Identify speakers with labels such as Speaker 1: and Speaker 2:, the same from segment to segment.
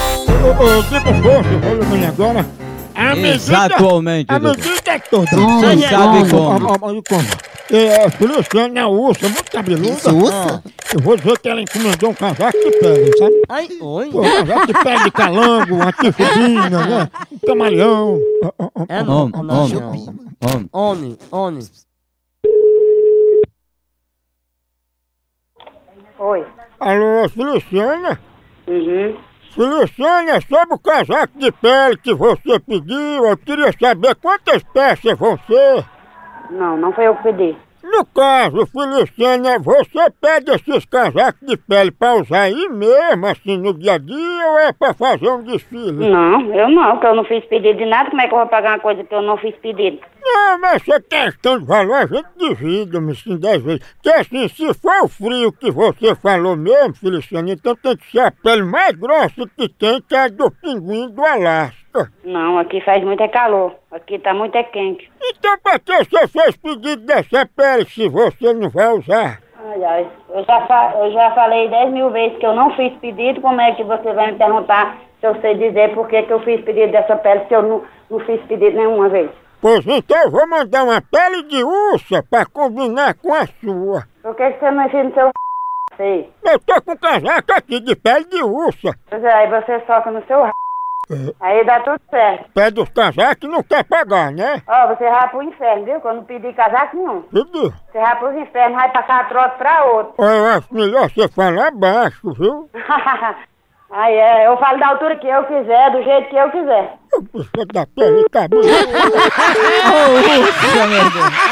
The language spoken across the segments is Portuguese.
Speaker 1: ô, fica forte o volume agora. A medida-
Speaker 2: Exatamente,
Speaker 1: A é
Speaker 2: doutor.
Speaker 1: medida toda.
Speaker 3: Como,
Speaker 1: Você
Speaker 2: sabe como.
Speaker 1: como. como. É, Luciana Ursa, muito cabeluda.
Speaker 3: Isso, ursa?
Speaker 1: Ah, Eu vou dizer que ela encomendou um casaco de pele, sabe?
Speaker 3: Ai, oi.
Speaker 1: Pô, um casaco de pele de calango, uma tifudina, né? Um camaleão. Ah, ah, ah.
Speaker 3: É não,
Speaker 2: Homem,
Speaker 3: não,
Speaker 2: homem,
Speaker 3: não.
Speaker 2: homem.
Speaker 3: Homem, homem.
Speaker 4: Oi.
Speaker 1: Alô, Luciana?
Speaker 4: Uhum.
Speaker 1: Luciana, sobre o casaco de pele que você pediu, eu queria saber quantas peças vão ser.
Speaker 4: Não, não foi eu que pedi.
Speaker 1: No caso, Feliciana, você pede esses casacos de pele pra usar aí mesmo, assim, no dia a dia, ou é pra fazer um desfile?
Speaker 4: Não, eu não, porque eu não fiz pedido de nada. Como é que eu vou pagar uma coisa que eu não fiz pedido?
Speaker 1: Não, mas essa questão de valor a gente divide, me sim, dez vezes. Porque assim, se for o frio que você falou mesmo, Feliciana, então tem que ser a pele mais grossa que tem, que é a do pinguim do Alasca.
Speaker 4: Não, aqui faz muito é calor. Aqui tá muito é quente.
Speaker 1: Então pra que você fez pedido dessa pele se você não vai usar?
Speaker 4: Ai, ai. Eu já, fa- eu já falei 10 mil vezes que eu não fiz pedido. Como é que você vai me perguntar se eu sei dizer por que, que eu fiz pedido dessa pele se eu não, não fiz pedido nenhuma vez?
Speaker 1: Pois então eu vou mandar uma pele de ursa pra combinar com a sua.
Speaker 4: Por que, que você não enfia no seu sei?
Speaker 1: Eu tô com um casaco aqui de pele de ursa.
Speaker 4: Pois é, aí você soca no seu Aí dá tudo certo.
Speaker 1: Pé dos casacos não quer pagar, né?
Speaker 4: Ó, você vai pro inferno, viu? Que eu não pedi casaco nenhum.
Speaker 1: Tudo.
Speaker 4: Você vai pros infernos, vai passar trote pra outro.
Speaker 1: Ó, Eu acho melhor você falar baixo, viu?
Speaker 4: Aí é, eu falo da altura que eu quiser, do jeito que eu quiser.
Speaker 1: Eu puxo da pele tá bom.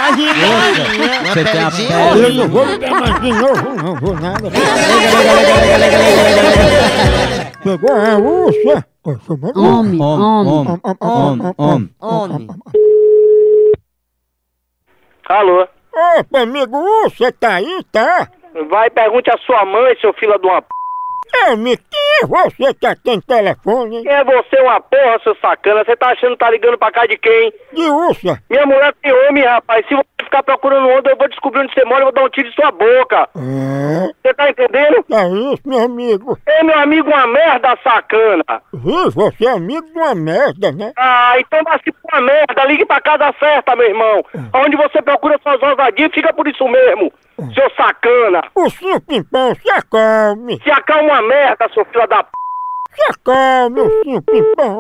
Speaker 2: Você tem a
Speaker 1: Eu
Speaker 2: pele.
Speaker 1: não vou me dar mais de novo, não vou nada. Pegou a ursa. Ó, chamou de ursa.
Speaker 2: Homem,
Speaker 3: Homem, homem,
Speaker 2: homem, homem, homem.
Speaker 3: homem.
Speaker 5: Alô?
Speaker 1: Opa, amigo ursa, tá aí, tá?
Speaker 5: Vai, pergunte a sua mãe, seu filho de uma p.
Speaker 1: Eu me que você que tem telefone hein?
Speaker 5: É você uma porra, seu sacana. Você tá achando que tá ligando pra cá de quem?
Speaker 1: de ursa.
Speaker 5: Minha mulher tem homem, rapaz. Se você ficar procurando onda, eu vou descobrir onde você mora e vou dar um tiro em sua boca.
Speaker 1: É,
Speaker 5: Você tá entendendo?
Speaker 1: é isso, meu amigo.
Speaker 5: Ei, meu amigo, uma merda, sacana.
Speaker 1: Viu, você é amigo de uma merda, né?
Speaker 5: Ah, então vai se pra merda. Ligue pra casa certa, meu irmão. Onde você procura suas ousadias, fica por isso mesmo, seu sacana.
Speaker 1: O senhor Pimpão, se acalme,
Speaker 5: Se acalma uma merda, seu filho da p.
Speaker 1: se acalme, o senhor Pimpão.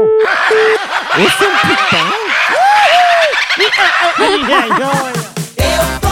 Speaker 6: Eu